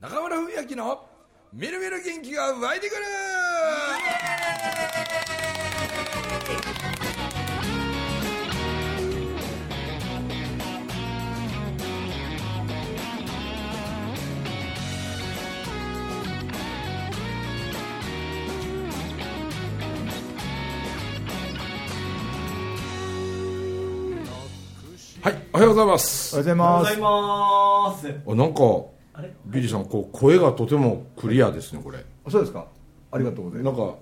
明のみるみる元気が湧いてくるはい、おはようございます。おはようおごはざよいうまございます。あなんかあれビリーさんこう声がとてもクリアですねこれすそうですかありがとうございなまんか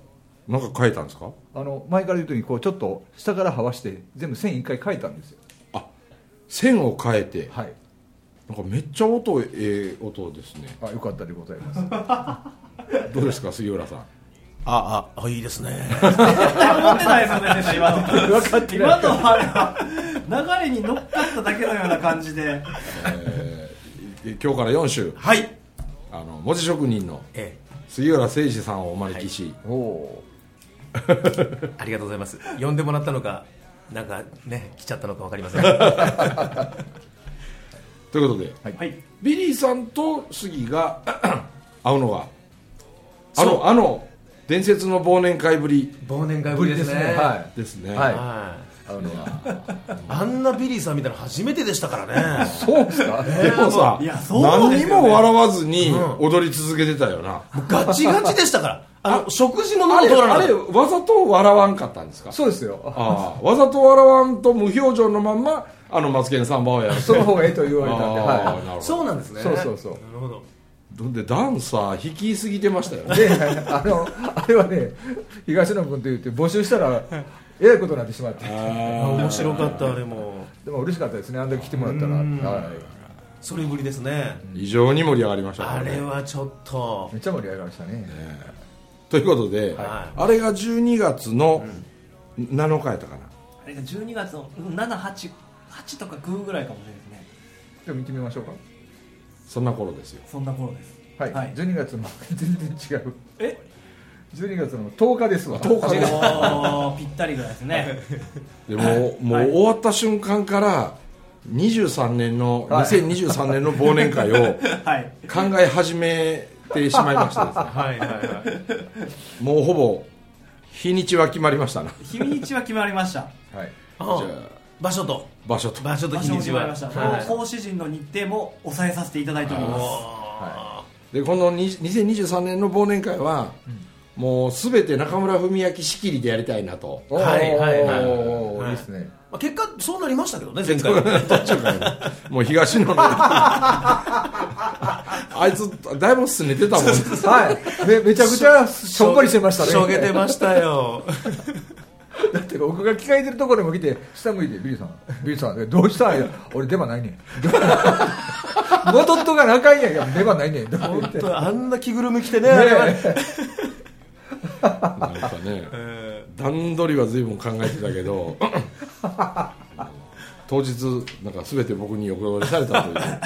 なんか変えたんですかすあの前から言うときにこうちょっと下からはわして全部線一回書いたんですよ線を変えてはいなんかめっちゃ音ええ音ですねあよかったでございますどうですか杉浦さんあああいいですね思ってないですよね、先生今の。分かってない今のあれは、流れに乗っかっただけのような感じで。え今日から4週はいあの文字職人の え杉浦誠二さんをお招きし、おおえありがとうございます呼んでもらったのかなんかね来ちゃったのかわかりませんということではい。ビリーさんと杉が会うのはあそうのあの伝説の忘年会ぶり 忘年会ぶりですねはですね、いははいいあのあんなビリーさんみたいなの初めてでしたからねそうですかでもさ、いやそうで何すよねも笑わずにん踊り続けてたよな、もうガチガチでしたから あの食事もあ喉れ通らなあかっれたわざと笑わんかったんですかそうですよああわざと笑わんと無表情のまんまあのマツケンサンバをやるその方がええと言われたんでああはなるほそうなんですねそうそうそうなるほどどでダンサー引きすぎてましたよいねであのあれはね東野君と言って募集したらえらいことになってしまって面白かったあれもでも嬉しかったですねあんだけ来てもらったらはいそれぶりですね異常に盛り上がりましたかあらねれはちょっとめっちゃ盛り上がりましたねということで、はあれが12月の7日やったかな、あれが12月の7、8、8とか9ぐらいかもしれないですね。じゃあ見てみましょうかそんな頃ですよそんな頃です。はい、はい12月の全然違うえ12月の10日ですわ10日ですおーぴったりぐらいですね。 でもうもう終わった瞬間から23年の、はい2023年の忘年会をはい。考え始めてしまいまして ですねはいはいはいもうほぼ日にちは決まりましたな日にちは決まりました。はじいゃああ場所と場所と場所と場日所もに決ちまりはました。はい講師陣の日程も抑えさせていただいております。はでこのに2023年の忘年会は、もうすべて中村文明仕切りでやりたいな とおーはいはいはいおーはいいいですねまあ、結果そうなりましたけどね前回はもう東野のあいつだいぶすねてたもんはいめ めちゃくちゃしょっぱりしてましたねしょげてましたよだって僕が着替えてるところにも来て下向いてビリーさんビリーさんえどうしたんや俺出番ないねん 戻っとかなあかんやんいや出番な いねんとか言本って当あんな着ぐるみ着てねあれはねねなんかね段取りは随分考えてたけど当日なんか全て僕に横取りされたという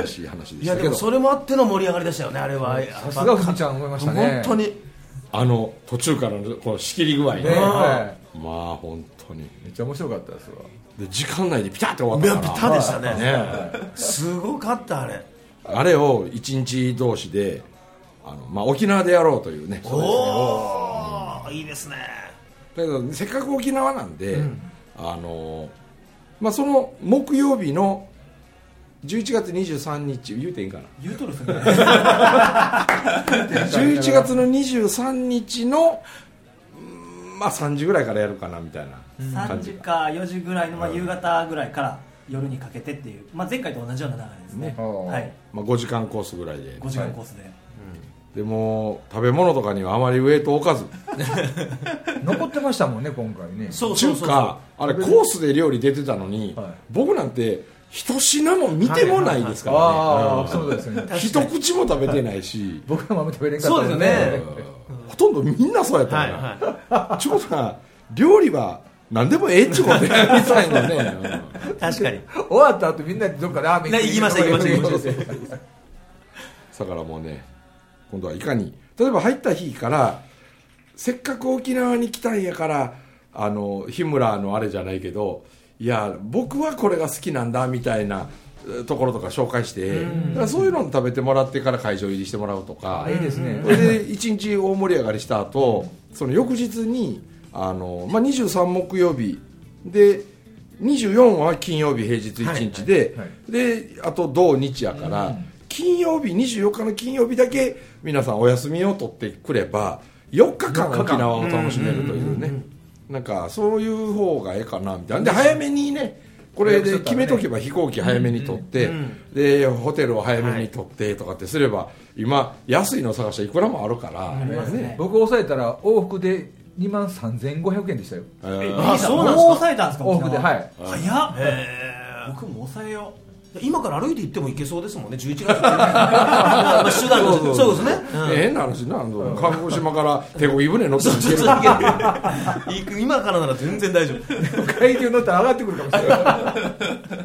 悲しい話でいしやたけでどもそれもあっての盛り上がりでしたよねあれはさすがふみちゃん思いましたね本当にあの途中からのこの仕切り具合えねねはまあ本当にいめっちゃ面白かったですわで時間内でピタッて終いわやったピかタでしたらねねすごかったあれあれを一日同士であの、まあ、沖縄でやろうというねおおいいですねだけどせっかく沖縄なんで、あのまあ、その木曜日の11月23日言うていいんかな言うとるっすね。 11月の23日の、うんまあ、3時ぐらいからやるかなみたいな3感時じか4時ぐらいの、まあ、夕方ぐらいから夜にかけてっていう、まあ、前回と同じような流れですねねはい、まあ、5時間コースぐらいで5時間コースで、でも食べ物とかにはあまりウェイト置かず残ってましたもんね今回ねそうちそうゅうそうかあれコースで料理出てたのに、はい僕なんて一品も見てもないですからね、ああそうですよねうん一口も食べてないし、僕らもあんま食べれんかったもんそうですよねうんほとんどみんなそうやったはかいら、はちゅうことは料理は何でもええっちゅうことやみたいなね、うんい確かに 終わった後みんなでどっかラーメンね行きました行きました行きました行きましだからもうね今度はいかに例えば入った日からせっかく沖縄に来たんやからあの日村のあれじゃないけどいや僕はこれが好きなんだみたいなところとか紹介して、だからそういうのを食べてもらってから会場入りしてもらうとか、いいですねそれで1日大盛り上がりした後その翌日にあの、まあ、23木曜日で24は金曜日平日1日で、はいはであと土日やから、金曜日24日の金曜日だけ皆さんお休みを取ってくれば4日間沖縄を楽しめるというね、なんかそういう方がええかなみたいなで早めにねこれで決めとけば飛行機早めに取って、でホテルを早めに取ってとかってすれば今安いの探したらいくらもあるから、りますね僕抑えたら往復で2万3500円でしたよ えーあそうなんですか抑えたんですか往復ではい早っへー僕も抑えよ今から歩いて行っても行けそうですもんね、11月まあ手段としてそうですね、うんええな話なあの鹿児島から手漕ぎ船乗って行けるちょっと行ける行く今からなら全然大丈夫。階級乗ったら上がってくるかもし れないだ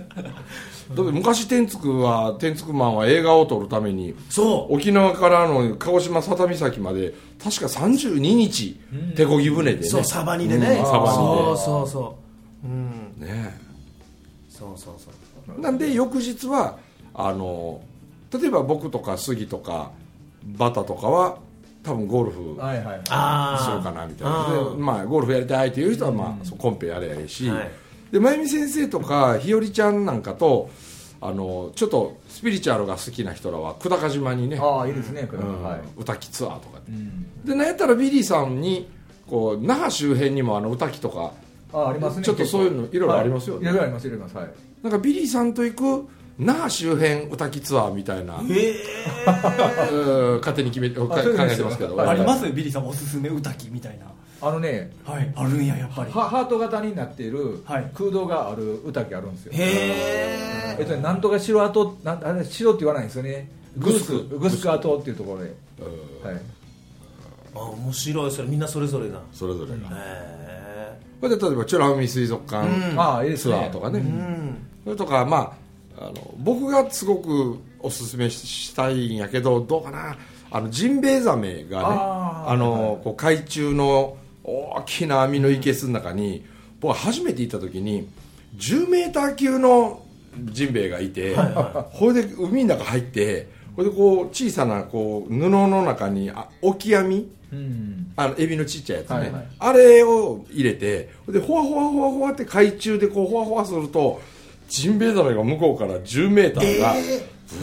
って昔天竺は天竺マンは映画を撮るためにそう沖縄からの鹿児島佐多岬まで確か32日手漕ぎ船でねそうサバニでね、うんサバそニうそうそう、うん、でねそうそうそうなんで翌日はあの例えば僕とか杉とかバタとかは多分ゴルフはいはいあしようかなみたいなで、まあ、ゴルフやりたいという人は、まあそうコンペやれやいいし、はいで真由美先生とか日和ちゃんなんかとあのちょっとスピリチュアルが好きな人らは久高島にね、ああいいですねこれうんはい歌きツアーとかでうんでなんやったらビリーさんにこう那覇周辺にもあの歌きとかああありますねちょっとそういうの結構いろいろありますよねはいいろいろありますいろいろありますはいなんかビリーさんと行く那覇周辺歌きツアーみたいな、えうん勝手に決めて考あそういうのえてますけどはういありますビリーさんおすすめ歌きみたいなあのねはいあるんややっぱりハハート型になっているはい空洞がある歌きあるんですよへええっとねなんとか白跡なんあれ白って言わないんですよねグスクグスク跡っていうところでうんはいあ面白いそれみんなそれぞれがそれぞれが、へこれで例えばチュラ海水族館、うんああいいですツアーねとかね、えうんそれとか、まあ、あの僕がすごくおすすめししたいんやけどどうかなあのジンベエザメがねああーの、こう海中の大きな網のいけすの中に、僕は初めて行った時に10メーター級のジンベエがいて、ほいで海の中入ってほいでこう小さなこう布の中にあ置き網うんあのエビのちっちゃいやつね、はいはいあれを入れてでほわほわほわほわって海中でこうほわほわするとジンベエザメが向こうから1 0ーターが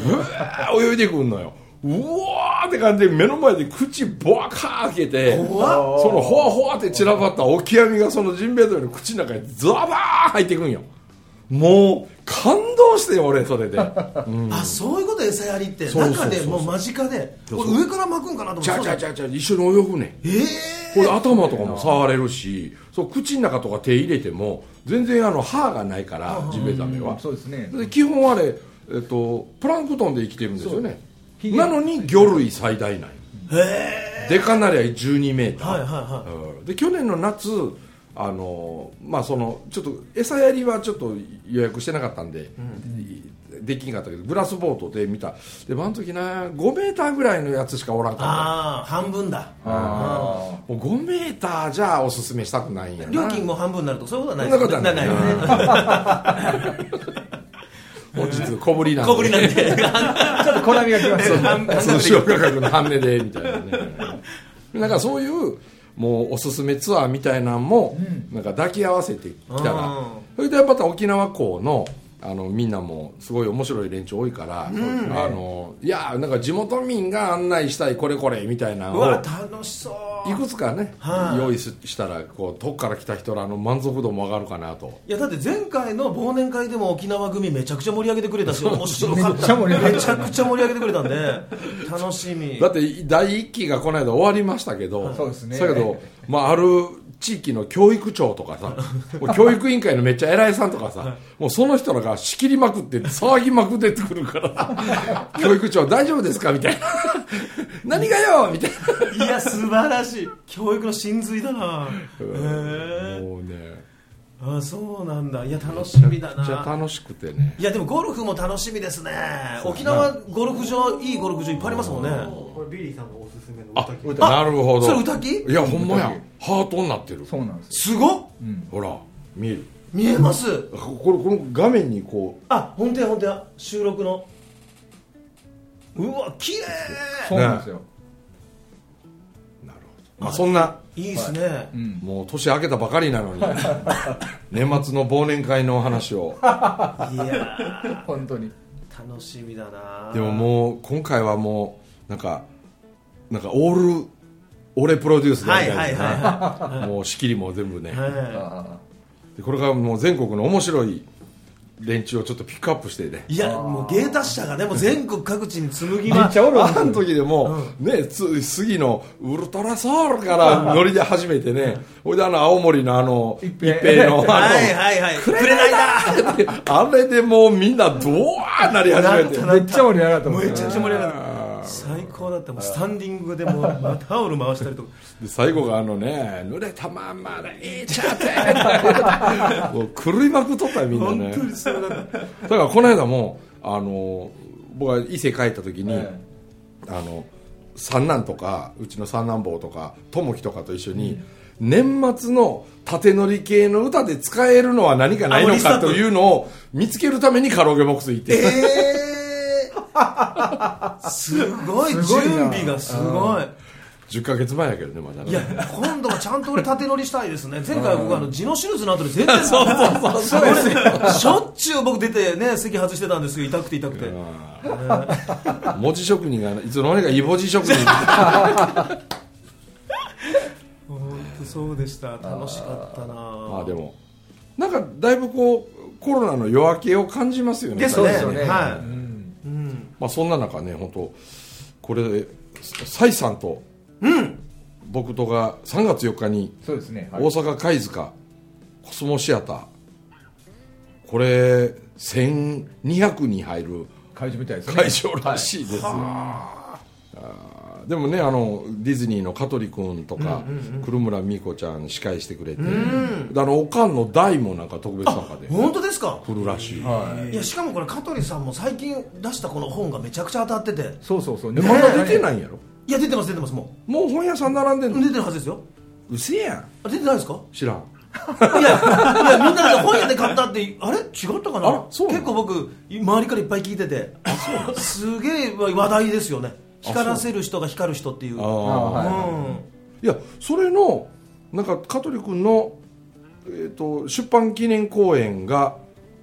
ブワー泳いでくんのようわーって感じで目の前で口ボワカー開けてそのほ怖っわほわって散らばったオキアミがそのジンベエザメの口の中にザバー入ってくんよもう感動してよ俺そ れでうんあそういうこと餌やりってそうそうそう中でもう間近でそうそうこれ上から巻くんかなと思ってちゃうちゃうちゃうちゃう一緒に泳ぐねんえこれ頭とかも触れるしそう口の中とか手入れても全然あの歯がないからジンベエザメはそうですねで基本あれ、えっと、プランクトンで生きてるんですよねヒゲなのに魚類最大なんよえへでかなりゃ12メーえター、はいはいはうんで去年の夏あのまあそのちょっと餌やりはちょっと予約してなかったんで、できんかったけどグラスボートで見たでもあの時な5メーターぐらいのやつしかおらんいかっああ半分だあたもう5メーターじゃおすすめしたくないんやな料金も半分になるとかそういうことはないそんなことはないよねなないよね本日小ぶりなんで小ぶりなん であちょっと好みがきますそうそう塩価格の半値でみたいな ねなんかそういうもうおすすめツアーみたいなんも、なんか抱き合わせてきたら、うんそれでまた沖縄港のあのみんなもすごい面白い連中多いから、あのいやなんか地元民が案内したいこれこれみたいなうのをわ楽しそういくつかね、はい用意ししたらこう遠くから来た人らの満足度も上がるかなといやだって前回の忘年会でも沖縄組めちゃくちゃ盛り上げてくれたし面白かめっちゃ盛り上たげてめちゃくちゃ盛り上げてくれたんで楽しみ だって第一期がこの間終わりましたけど、そうですねだけど、まあ、ある地域の教育長とかさ、もう教育委員会のめっちゃ偉いさんとかさ、もうその人らが仕切りまくって、騒ぎまくってくるから、教育長、大丈夫ですかみたいな、何がよみたいいや素晴らしい教育の真髄だなへな、えもうね、あそうなんだいや楽しみだめっちゃな楽しくてね、いやでもゴルフも楽しみですね沖縄ゴルフ場いいゴルフ場いっぱいありますもんねこれビリーさんのおすすめの歌きなるほど、それ歌きいや、ほんまや、ハートになってる、そうなんですすごっほら、見える、見えますここれこの画面にこうあ本当や本当や収録のうわ綺麗そうなんですよ、なるほど、まあ、そんないいですね、うんもう年明けたばかりなのに年末の忘年会のお話をいや本当にー楽しみだなでももう今回はもうなんかなんかオール俺プロデュースでやりたいですねはいはいもう仕切りも全部ね、はあでこれからもう全国の面白い連中をちょっとピックアップしてねいやもう芸達者がねもう全国各地に紡ぎーめまっちゃおるわあの時でも、ねつ杉のウルトラソウルからノリで始めてねほいであの青森のあの一平のあの、はいはいはいくれないだあれでもうみんなどうあなり始めてめっちゃ盛り上がったもんねめちゃくちゃ盛り上がるあ最高だったもうスタンディングでもうタオル回したりとかーで最後があのね濡れたまんまでいっちゃって もう狂いまくっとったよみんな本ね当にそれだっただからこの間もあの僕は伊勢帰った時に、えあの三男とかうちの三男坊とか友樹とかと一緒に、年末の縦乗り系の歌で使えるのは何かないのかというのを見つけるためにカラオケボックス行って、えー、すごいすご準いな備がすごい10ヶ月前やけどねまだねいや今度はちゃんと俺縦乗りしたいですね前回僕あの痔の手術の後で全然そうそうそうしょっちゅう僕出てね席外してたんですよ痛くて痛くてうん文字職人がいつの間にかイボ字職人本当そうでした楽しかったなまあでもなんかだいぶこうコロナの夜明けを感じますよねですそうねですよね、はいうんうんまあ、そんな中ね本当これ蔡さんと僕とが3月4日にそうですね、は大い阪貝塚コスモシアターこれ1200人入る会場みたいですね会場らしいですよ、あーでもねあのディズニーの香取君とか、黒村美子ちゃん司会してくれて、であのおかんの代もなんか特別参加で本当ですか来るらしい、はいいやしかもこれ香取さんも最近出したこの本がめちゃくちゃ当たっててそうそうそうでまだ出ていないんやろいや出てます出てますももう本屋さん並んでうんの出てるはずですようせやんあ出てないですか知らん いやいやみんなで本屋で買ったってあれ違ったかなあそうなの結構僕周りからいっぱい聞いててすげえ話題ですよねあそう光らせる人が光る人っていうあうんあ、はいいやそれのなんか香取君の、えー、と出版記念公演が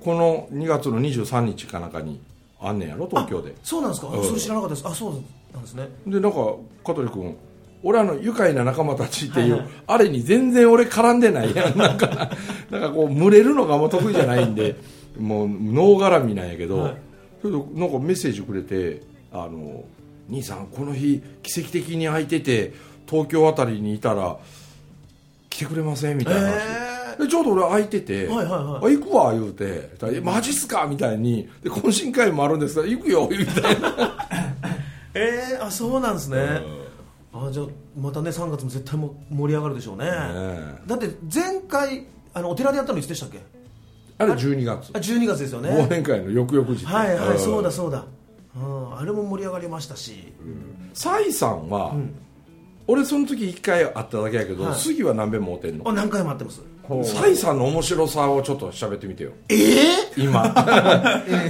この2月の23日かなんかにあんねんやろ東京でそうなんですかうんそれ知らなかったですあそうなんですねでなんか香取君俺あの愉快な仲間たちっていう、はいはいあれに全然俺絡んでない やんなんかなんかこう群れるのがもう得意じゃないんでもう脳絡みなんやけど、はいそれでなんかメッセージくれて「あの兄さんこの日奇跡的に空いてて東京あたりにいたら来てくれません?」みたいな話、でちょうど俺空いてて「はいはいはあ行くわ」言うて「えマジっすか?」みたいに「で懇親会もあるんですから行くよ」 みたいな。ええあそうなんですねあじゃあまたね3月も絶対も盛り上がるでしょうねえだって前回あのお寺でやったのいつでしたっけあれ12月あ12月ですよね忘年会の翌々日はいはいそうだすそうだうんあれも盛り上がりましたし蔡さんは、俺その時1回会っただけやけど、はい杉は何べんも会うてんのあ何回も会ってますほう蔡さんの面白さをちょっと喋ってみてよええ 今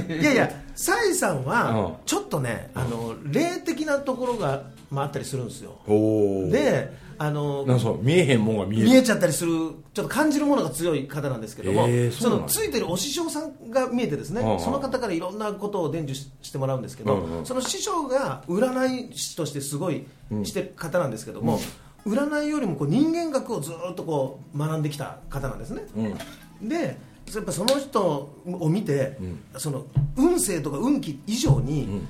いやいや、サイさんうんはちょっとね、あの霊的なところが、まあ、あったりするんですよ、おーであのなんかそう見えへんもんが見える見えちゃったりする、ちょっと感じるものが強い方なんですけども、へーそうそなんのだついてるお師匠さんが見えて、ですね、うんうんその方からいろんなことを伝授ししてもらうんですけど、うんうんその師匠が占い師としてすごいしてる方なんですけども、占いよりもこう人間学をずーっとこう学んできた方なんですね。うんでやっぱその人を見て、その運勢とか運気以上に、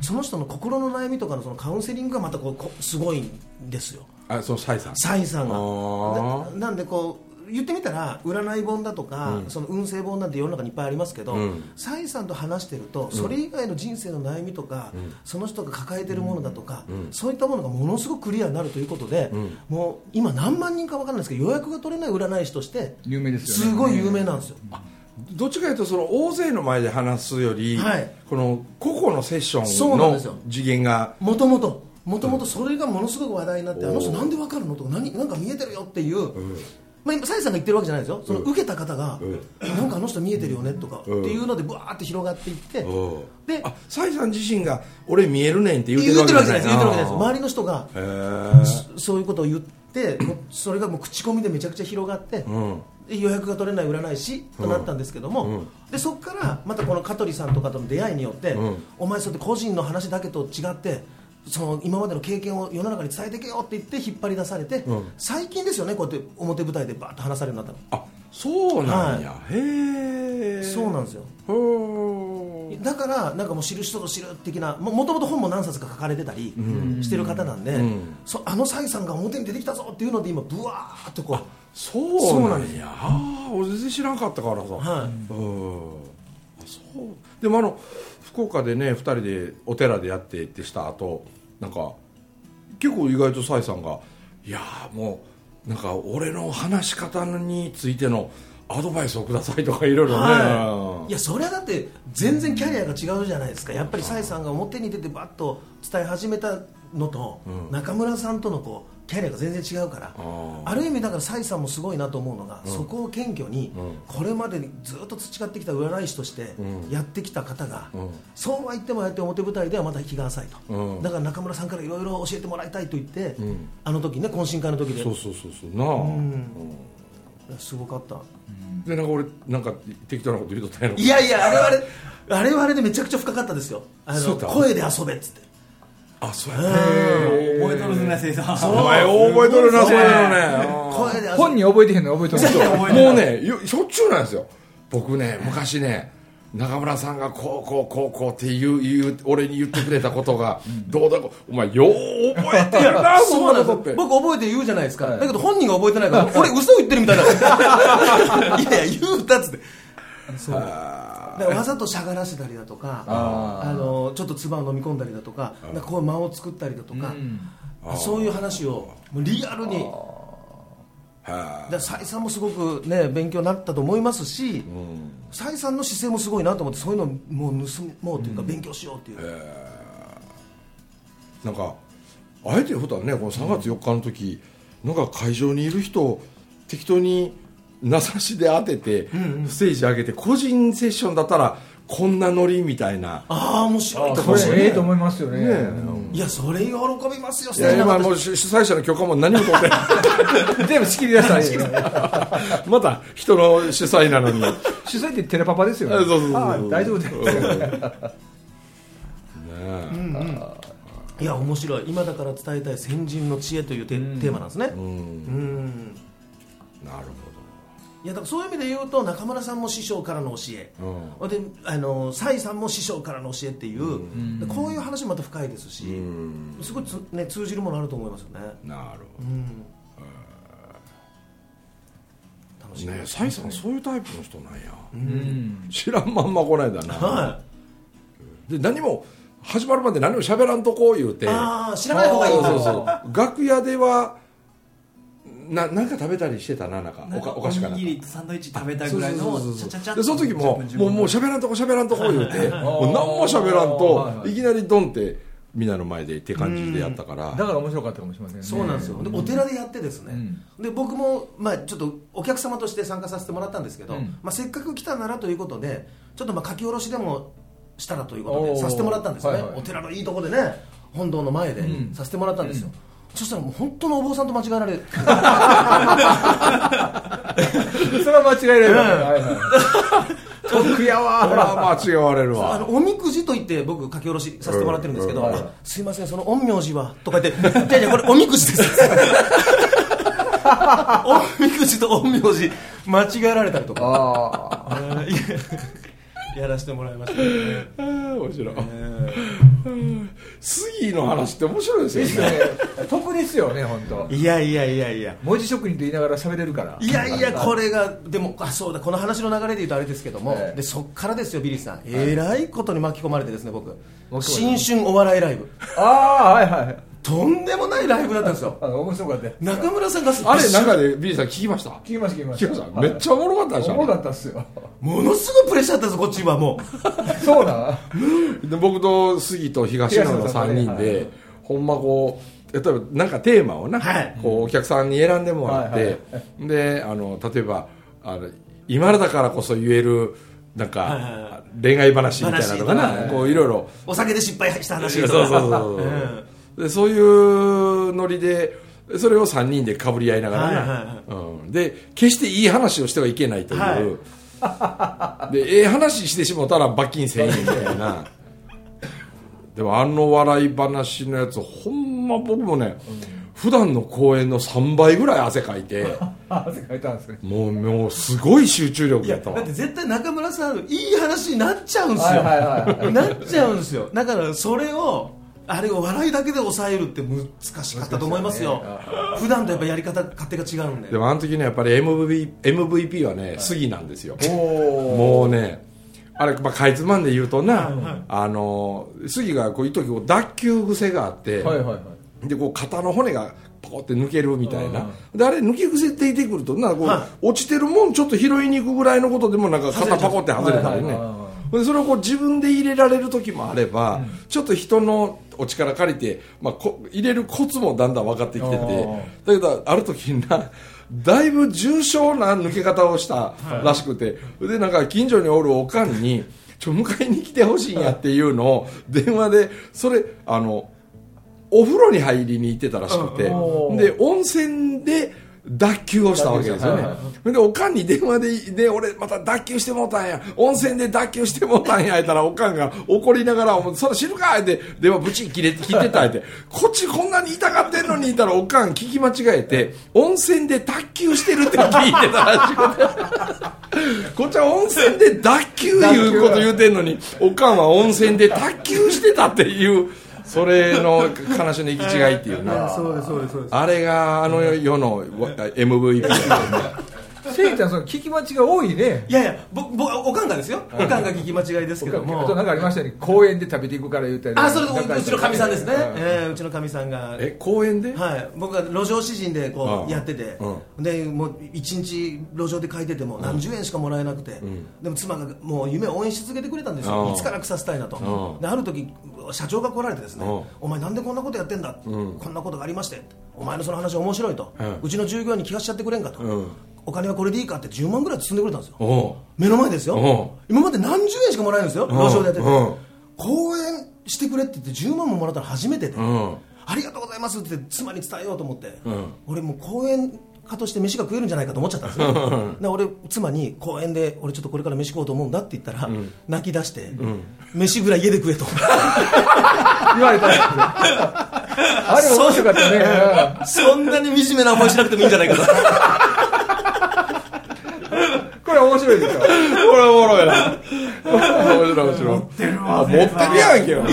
そその人の心の悩みとかのそのカウンセリングがまたこうこすごいんですよあその蔡さんサインさんあがーななんでこう言ってみたら占い本だとか、その運勢本なんて世の中にいっぱいありますけど、うんサインさんと話してると、それ以外の人生の悩みとか、その人が抱えてるものだとか、そういったものがものすごくクリアになるということで、もう今何万人か分からないですけど予約が取れない占い師として有名ですよねすごい有名なんですよ、どっちかというとその大勢の前で話すより、はいこの個々のセッショそンうなんですのよ次元がもともともともとそれがものすごく話題になって、うんあの人なんでわかるのとか何なんか見えてるよっていう、まあ、今、さやさんが言ってるわけじゃないですよ、そのうん受けた方が、うなんかあの人見えてるよねとか、うんっていうので、ぶわーって広がっていって、うんであサイさん自身が俺見えるねんって言うて言るっわてけるじわゃけじないゃないです、言ってるわけじゃないです、周りの人がへそそういうことを言って、もうそれがもう口コミでめちゃくちゃ広がってえ、うんで予約が取れない占い師となったんですけども、うんうんでそこからまたこの香取さんとかとの出会いによって、うんお前そうやって個人の話だけと違ってその今までの経験を世の中に伝えていけよって言って引っ張り出されて、うん最近ですよねこうやって表舞台でバーッと話されるようになっあそうなんや、へたえのそうなんですよほーだからなんかもう知る人ぞ知る的なももともと本も何冊か書かれてたりしてる方なんで、んそあのサイさんが表に出てきたぞっていうので今ブワーッとこうそうなんやああ俺全然知らんかったからさ、はいうんあそうでもあの福岡でね2人でお寺でやってってした後なんか結構意外と崔さんが「いやーもうなんか俺の話し方についてのアドバイスをください」とかいろいろね、はい、いやそれはだって全然キャリアが違うじゃないですかやっぱり崔さんが表に出てバッと伝え始めたのと、うん中村さんとのこうキャリアが全然違うからあーある意味だから崔さんもすごいなと思うのが、そこを謙虚に、うんこれまでずっと培ってきた占い師としてうんやってきた方が、うんそうは言ってもああやって表舞台ではまだ引きが浅いと、うんだから中村さんからいろいろ教えてもらいたいと言って、うんあの時ね懇親会の時でそうそうそうそうなあ、んすごかったでなんか俺なんか適当なこと言うとったんやろいやいや、あれはあれ、あれはあれでめちゃくちゃ深かったですよ。あそのうだ声で遊べっつって。あそうやうん覚えとるんですね、生産。お前覚えとるなそういうのね声で遊べ。本人覚えてへんの覚えてないもう ねよしょっちゅうなんですよ僕ね昔ね中村さんがこうこうこうこうっていう言う俺に言ってくれたことがどうだこうお前よう覚えてやるな そそううななんでことすってよ僕覚えて言うじゃないですか、はいだけど本人が覚えてないから俺嘘言ってるみたいないやいや言うたっつってそうだからわざとしゃがらせたりだとかああのちょっと唾を飲み込んだりだとかなんかこう間を作ったりだとか、そういう話をもうリアルはにだから崔さんもすごく、ね、勉強になったと思いますしいうん崔さんの姿勢もすごいなと思ってそういうのをもう盗もうというか勉強しようという、なんかあえて言うことはねこの3月4日の時、なんか会場にいる人を適当に名指しで当てて、ステージ上げて個人セッションだったらこんなノリみたいなああ面白 いとこ思うれええと思いますよねねえいやそれ喜びますよい素や敵な今方もう主主催者の許可も何も取ってない 全部仕切り出したらいいよねまた人の主催なのに主催ってテレパパですよねそうそうそうあー大丈夫だよねいや面白い今だから伝えたい先人の知恵というテ,、テーマなんですねえうんうんなるいやだからそういう意味で言うと中村さんも師匠からの教えほどうんであの崔さんも師匠からの教えっていう、でこういう話もまた深いですし、うんすごいつ、ね、通じるものあると思いますよね、なるほうん、楽しどみねですサイさんそういうタイプの人なんやうん知らんまんまこないだなはで何も始まるまで何も喋らんとこう言うてい、ああ知らない方がいいそうそううそう楽屋ではななんか食べたりしてたななんかおかお菓子かなおんかにぎりとサンドイッチ食べたぐらいのそうそうそうそうちゃちゃちゃっでとその時ももうもう10喋分らんとこ喋らんとこ言うてもう何も喋らんはいとはいいきなりドンってみんなの前でって感じでやったからだから面白かったかもしれませんねそうなんですよでお寺でやってですね、で僕も、まあ、ちょっとお客様として参加させてもらったんですけうど、んまあ、せっかく来たならということでちょっとまあ書き下ろしでもしたらというこおとーでさせてもらったんですね、はいはいお寺のいいとこでね本堂の前でうんさせてもらったんですよ、そしたらもう本当のお坊さんと間違えられるそれは間違えられるはいはい得やわーこれは間違われるあわ のおみくじと言って僕書き下ろしさせてもらってるんですけど、うんうんあすいませんその陰陽師はとか言って 「いやいやこれおみくじ です」おみくじと陰陽師間違えられたりとかあえーいややらせてもらいました、ねあー面白いうん杉の話って面白いーでですすよねね得ですよね本当いやいやいやいや文字職人と言いながら喋れるからいやいやこれがでもあそうだこの話の流れで言うとあれですけども、ええでそっからですよビリーさんえらいことに巻き込まれてですね僕も新春お笑いライブああはいはいとんでもないライブだったんですよ あの面白かったよ中村さんがあれ中で B さん聞きました聞きました聞きま聞きまししたためっちゃおもろかったでしおもろょかったっすよものすごいプレッシャーだったんですこっちはもそうなんで僕と杉と東野の3人東野さんねでほんまこう例えばなんかテーマをな、はいこうお客さんに選んでもらって、はいはいであの例えばあの今だからこそ言えるなんか、はいはいは恋愛話みたいなのかな、話とかねこういろいろお酒で失敗した話そうとそうかそうそう、でそういうノリでそれを3人でかぶり合いながらな、はいはいはうん、で決していい話をしてはいけないという、でええ話してしもたら罰金1000円みたいなでもあの笑い話のやつほんま僕もね、普段の公演の3倍ぐらい汗かいてあ汗かいたんですねもうもうすごい集中力いややっただわって絶対中村さんいい話になっちゃうんですよ、はいはいはいはなっちゃうんですよだからそれをあれを笑いだけで抑えるって難しかったと思いますよ難普段とやっぱやり方勝手が違うんででもあの時ねやっぱり MV MVP はね杉なんですよおもおうねあれ、まあ、かいつまんで言うとな、あの杉がこう一時こう脱臼癖があって、はいはいはいでこう肩の骨がポコって抜けるみたいな、であれ抜け癖出てくるとなこう、は落ちてるもんちょっと拾いに行くぐらいのことでもなんか肩パコって外れたりはいねはいはいはでそれをこう自分で入れられる時もあれば、ちょっと人のお力借りて、まあ、こ入れるコツもだんだん分かってきててあだーけどある時になだいぶ重症な抜け方をしたらしくて、でなんか近所におるおかんにちょ迎えに来てほしいんやっていうのを電話でそれあのお風呂に入りに行ってたらしくて、うんおーで温泉で脱臼をしたわけですよね、はいはいでおかんに電話でで俺また脱臼してもうたんや温泉で脱臼してもうたんや言ったらおかんが怒りながら「お前それ知るか!」って電話ブチ切れて切ってたってこっちこんなに痛がってんのに言ったらおかん聞き間違えて温泉で脱臼してるって聞いてたらしくて。こっちは温泉で脱臼いうこと言うてんのにおかんは温泉で脱臼してたっていうそれの悲しみの行き違いっていうねそうですそうですそうですあれがあの世のわ MVP せいちゃんその聞き間違い多いねいやいや僕僕おかんがですよおかんが聞き間違いですけどあもとなんかありましたよね公園で食べていくから言うたりあそれうちのかみさんですね、うえーうちのかみさんがえ公園ではい、僕が路上詩人でこうんうやってて、でもう一日路上で書いてても何十円しかもらえなくて、でも妻がもう夢を応援し続けてくれたんですうんよいつから草したいなとうんである時社長が来られてですねうんお前なんでこんなことやってんだこんなことがありましてお前のその話面白いとうんうちの従業員に聞かせちゃってくれんかとうんお金はこれでいいかって10万ぐらい積んでくれたんですよおう目の前ですよう今まで何十円しかもらえるんですよん路上でやっててうん講演してくれって言って10万ももらったの初めてでうんありがとうございますって妻に伝えようと思って、うん俺もう講演家として飯が食えるんじゃないかと思っちゃったんですねで俺妻に公園で俺ちょっとこれから飯食おうと思うんだって言ったら、泣き出して、飯ぐらい家で食えと言われたん ですよあれ面白かったねうんそんなに惨めな思いしなくてもいいんじゃないかとこれ面白いでしょこれおもろいな面白い面白い持ってるわ持ってるやんけよそ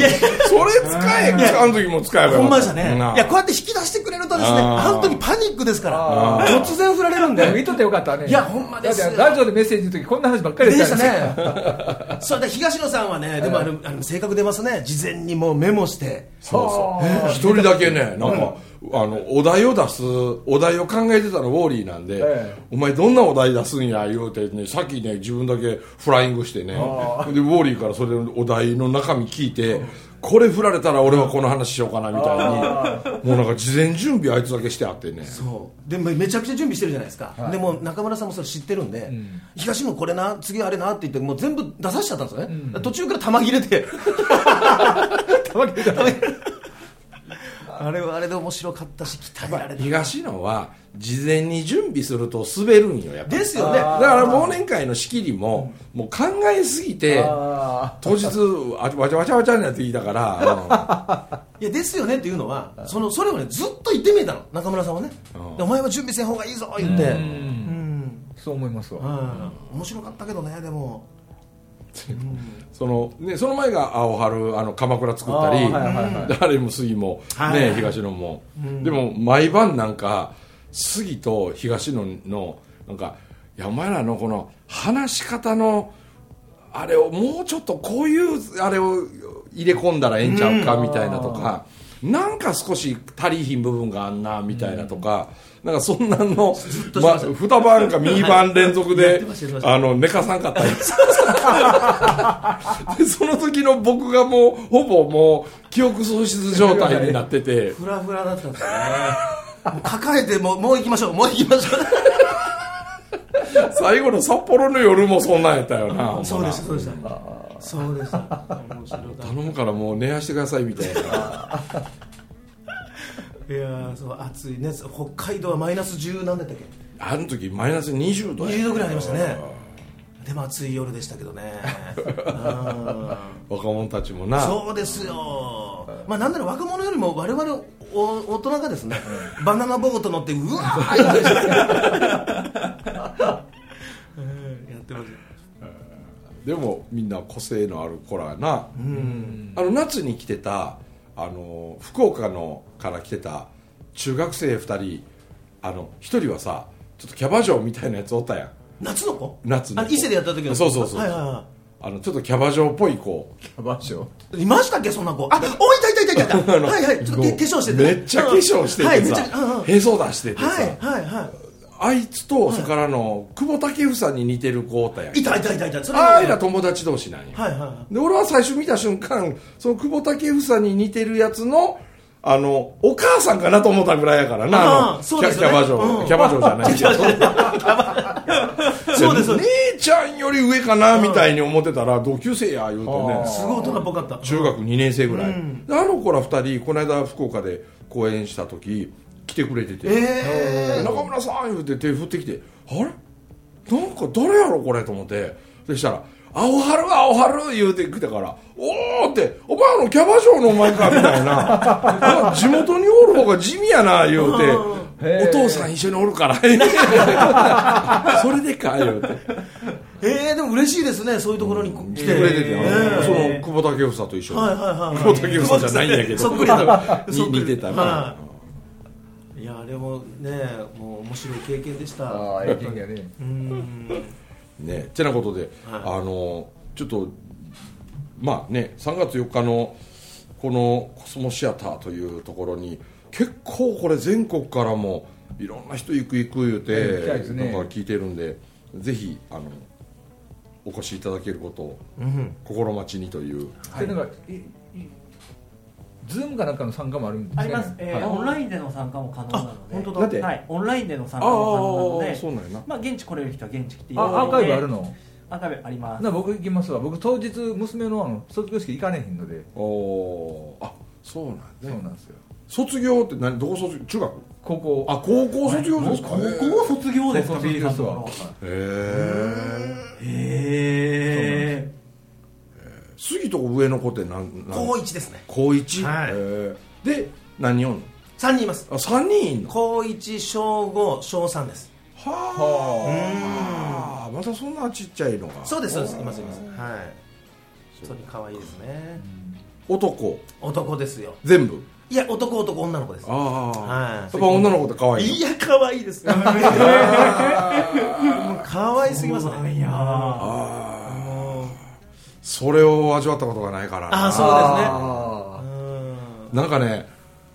れ使えあの時も使えばよほんかまっでしたたねいなやこうやって引き出してくれるとですねあーあの時パニックですからあー突然振られるんでもで見とってよかったねいやほんまですだってラジオでメッセージの時こんな話ばっかりでしたんよねそれで東野さんはねでもあの、あの性格出ますね事前にもうメモしてそうそう一人だけねなんか、あのお題を出すお題を考えてたのウォーリーなんで、ええお前どんなお題出すんや言うてねさっきね自分だけフライングしてねでウォーリーからそれのお題の中身聞いてこれ振られたら俺はこの話しようかなみたいにもうなんか事前準備あいつだけしてあってねそうでめめちゃくちゃ準備してるじゃないですか、でもう中村さんもそれ知ってるんで、東野これな次あれなって言ってもう全部出させちゃったんですよね、途中から玉切れて玉木さん あれはあれで面白かったし鍛えられて東野は事前に準備すると滑るんよやっぱりですよねだから忘年会の仕切りももう考えすぎてあ当日あわちゃわちゃわちゃになってきたから、いやですよねっていうのはそのそれをねずっと言ってみたの中村さんはねうんでお前は準備せん方がいいぞ言ってうーうんんそう思いますわ面白かったけどねでもそのね、その前が青春あの鎌倉作ったり、あーはいはいはいであれも杉も、ねはいはい東野も、でも毎晩なんか杉と東野のなんかいやお前らのこの話し方のあれをもうちょっとこういうあれを入れ込んだらええんちゃうかみたいなとかなんか少し足りひん部分があんなみたいなとか、なんかそんなんの、まあ、二晩か三晩連続はい やっでてましたやってましたあの寝かさんかったりでその時の僕がもうほぼもう記憶喪失状態になっててフラフラだったんですよね もう抱えてもうもう行きましょうもう行きましょ最後の札幌の夜もそんなんやったよなほんまなうそうでしたそうでしたそうでした頼むからもう寝やしてくださいみたいないやーそう暑いね北海道はマイナス10何だったっけあの時マイナス20度や20度ぐらいありましたねでも暑い夜でしたけどね うん若者たちもなそうですよ、まあ、なんなら若者よりも我々お大人がですね、バナナボート乗って、うわー言ってましたうんやってますでもみんな個性のある子らやなあの夏に来てたあの福岡のから来てた中学生2人あの1人はさちょっとキャバ嬢みたいなやつおったやん夏の子夏のあ子伊勢でやった時のそうそうそうはいはいはあのちょっとキャバ嬢っぽい子場所い、いましたっけそんな子あおいたいたいたいたい たはいはいちょっとけ化粧しててめっちゃ化粧してはいてめっちさ ゃ、うんうんへそ出しててさ、はいはいはあいつとそれからの久保建英さんに似てる子おったやんいいたいたいたいたそれああいはら友達同士なんや、はいはいはいで俺は最初見た瞬間その久保建英さんに似てるやつのあのお母さんかなと思ったぐらいやからなああのそうですキャよキャねバ嬢、うんキャバ嬢じゃないそうですそうです姉ちゃんより上かなみたいに思ってたら、同級生や言うてねあすごい大人っぽかった中学2年生ぐらい、であの子ら2人この間福岡で公演した時来てくれてて、え中村さん言うて手振ってきてあれなんか誰やろこれと思ってそしたら「青春青春」言うて来てから「おお」って「お前あのキャバ嬢のお前か」みたいな あ地元におる方が地味やな言うて「へおー父さん一緒におるから」 それでか言うてー、えー、でも嬉しいですねそういうところに来来ててくれてて、えーその久保建英と一緒に、はいはい はいは久保い建英じゃないんやけどそっくりだにそっくり似てたみたいなはいいやあれもねもう面白い経験でしたああええ元気やねうんねてなことで、はあのちょっとまあね3月4日のこのコスモシアターというところに結構これ全国からもいろんな人行く行く言う行きたいでて、すねなんか聞いてるんでぜひあのお越しいただけることを心待ちにという、でなんかいいズームかなんかの参加もあるんですあねります、えはーいオンラインでの参加も可能なのであ本当だだってはい、オンラインでの参あ加も可能あなのそでうなんやなまあ、現地来れる人は現地来ていただいてあアーカイブあるのアーカイブありますな僕行きますわ僕当日娘のあの卒業式行かねへんのでおーあそうなんそやうねなんですよ卒業って何どこ卒業中学高校あ高校卒業ですか、高校卒業ですか卒業ですわへへええ杉と上の子ってなんなん高1ですね高一、はいへーで何人おんの3人いますあ三人いんの高1小5小3ですはあまたそんなちっちゃいのがそうですそうですいますいますはい本当に可愛いですね男男ですよ全部いや男男女の子ですああ、はいやっぱ女の子って可愛いのいや可愛いですもう可愛すぎますねいやそれを味わったことがないからなあーそうですあねなんかね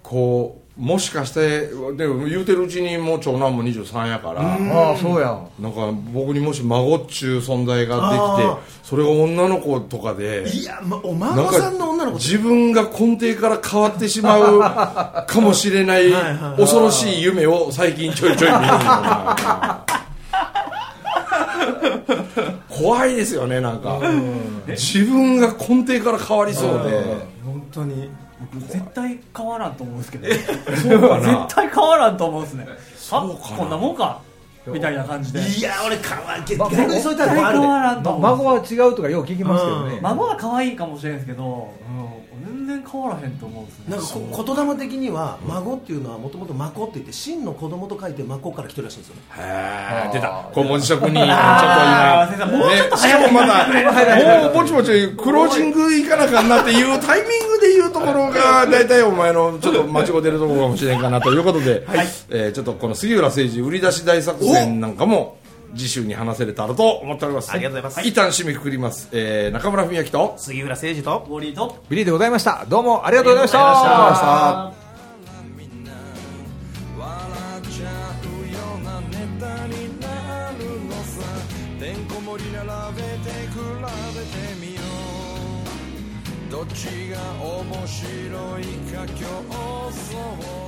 こうもしかしてでも言うてるうちにもう長男も23やから、ーあーそうやなんか僕にもし孫っちゅう存在がであきてそれが女の子とかでいや、ま、お孫さんの女の子自分が根底から変わってしま うかもしれないはいはい恐ろしい夢を最近ちょいちょい見るの が怖いですよねなんか自分が根底から変わりそうで本当に絶対変わらんと思うんですけど絶対変わらんと思うんですねうかなあこんなもんかみたいな感じでいや俺可愛いけまど逆にそういったとこ絶対ある変わねらんとま思うん孫ですは違うとかよう聞きますけどね孫は可愛いかもしれないですけど、うん、全然変わらへんと思うんですねなんかこ言霊的には孫っていうのはもともと孫って言って真の子供と書いて孫から来てるらしいんですよねへあーー出たこれ文字職人ちょっとあー今先生もうちょっとねしか早もくまだもうぼちぼちクロージングいかなあかんなっていうタイミングで言うところが大体お前のちょっと間違ってるところかもしれんかなということで、えーちょっとこの杉浦誠治売り出し大作戦なんかも次週に話せれたらと思っておりますありがとうございます一旦締めくくります、えー中村文明と杉浦誠二とボーリーとビリーでございましたどうもありがとうございましありがとうございたましたみんな笑っちゃうようなネタになるのさてんこ盛り並べて比べてみようどっちが面白いか競争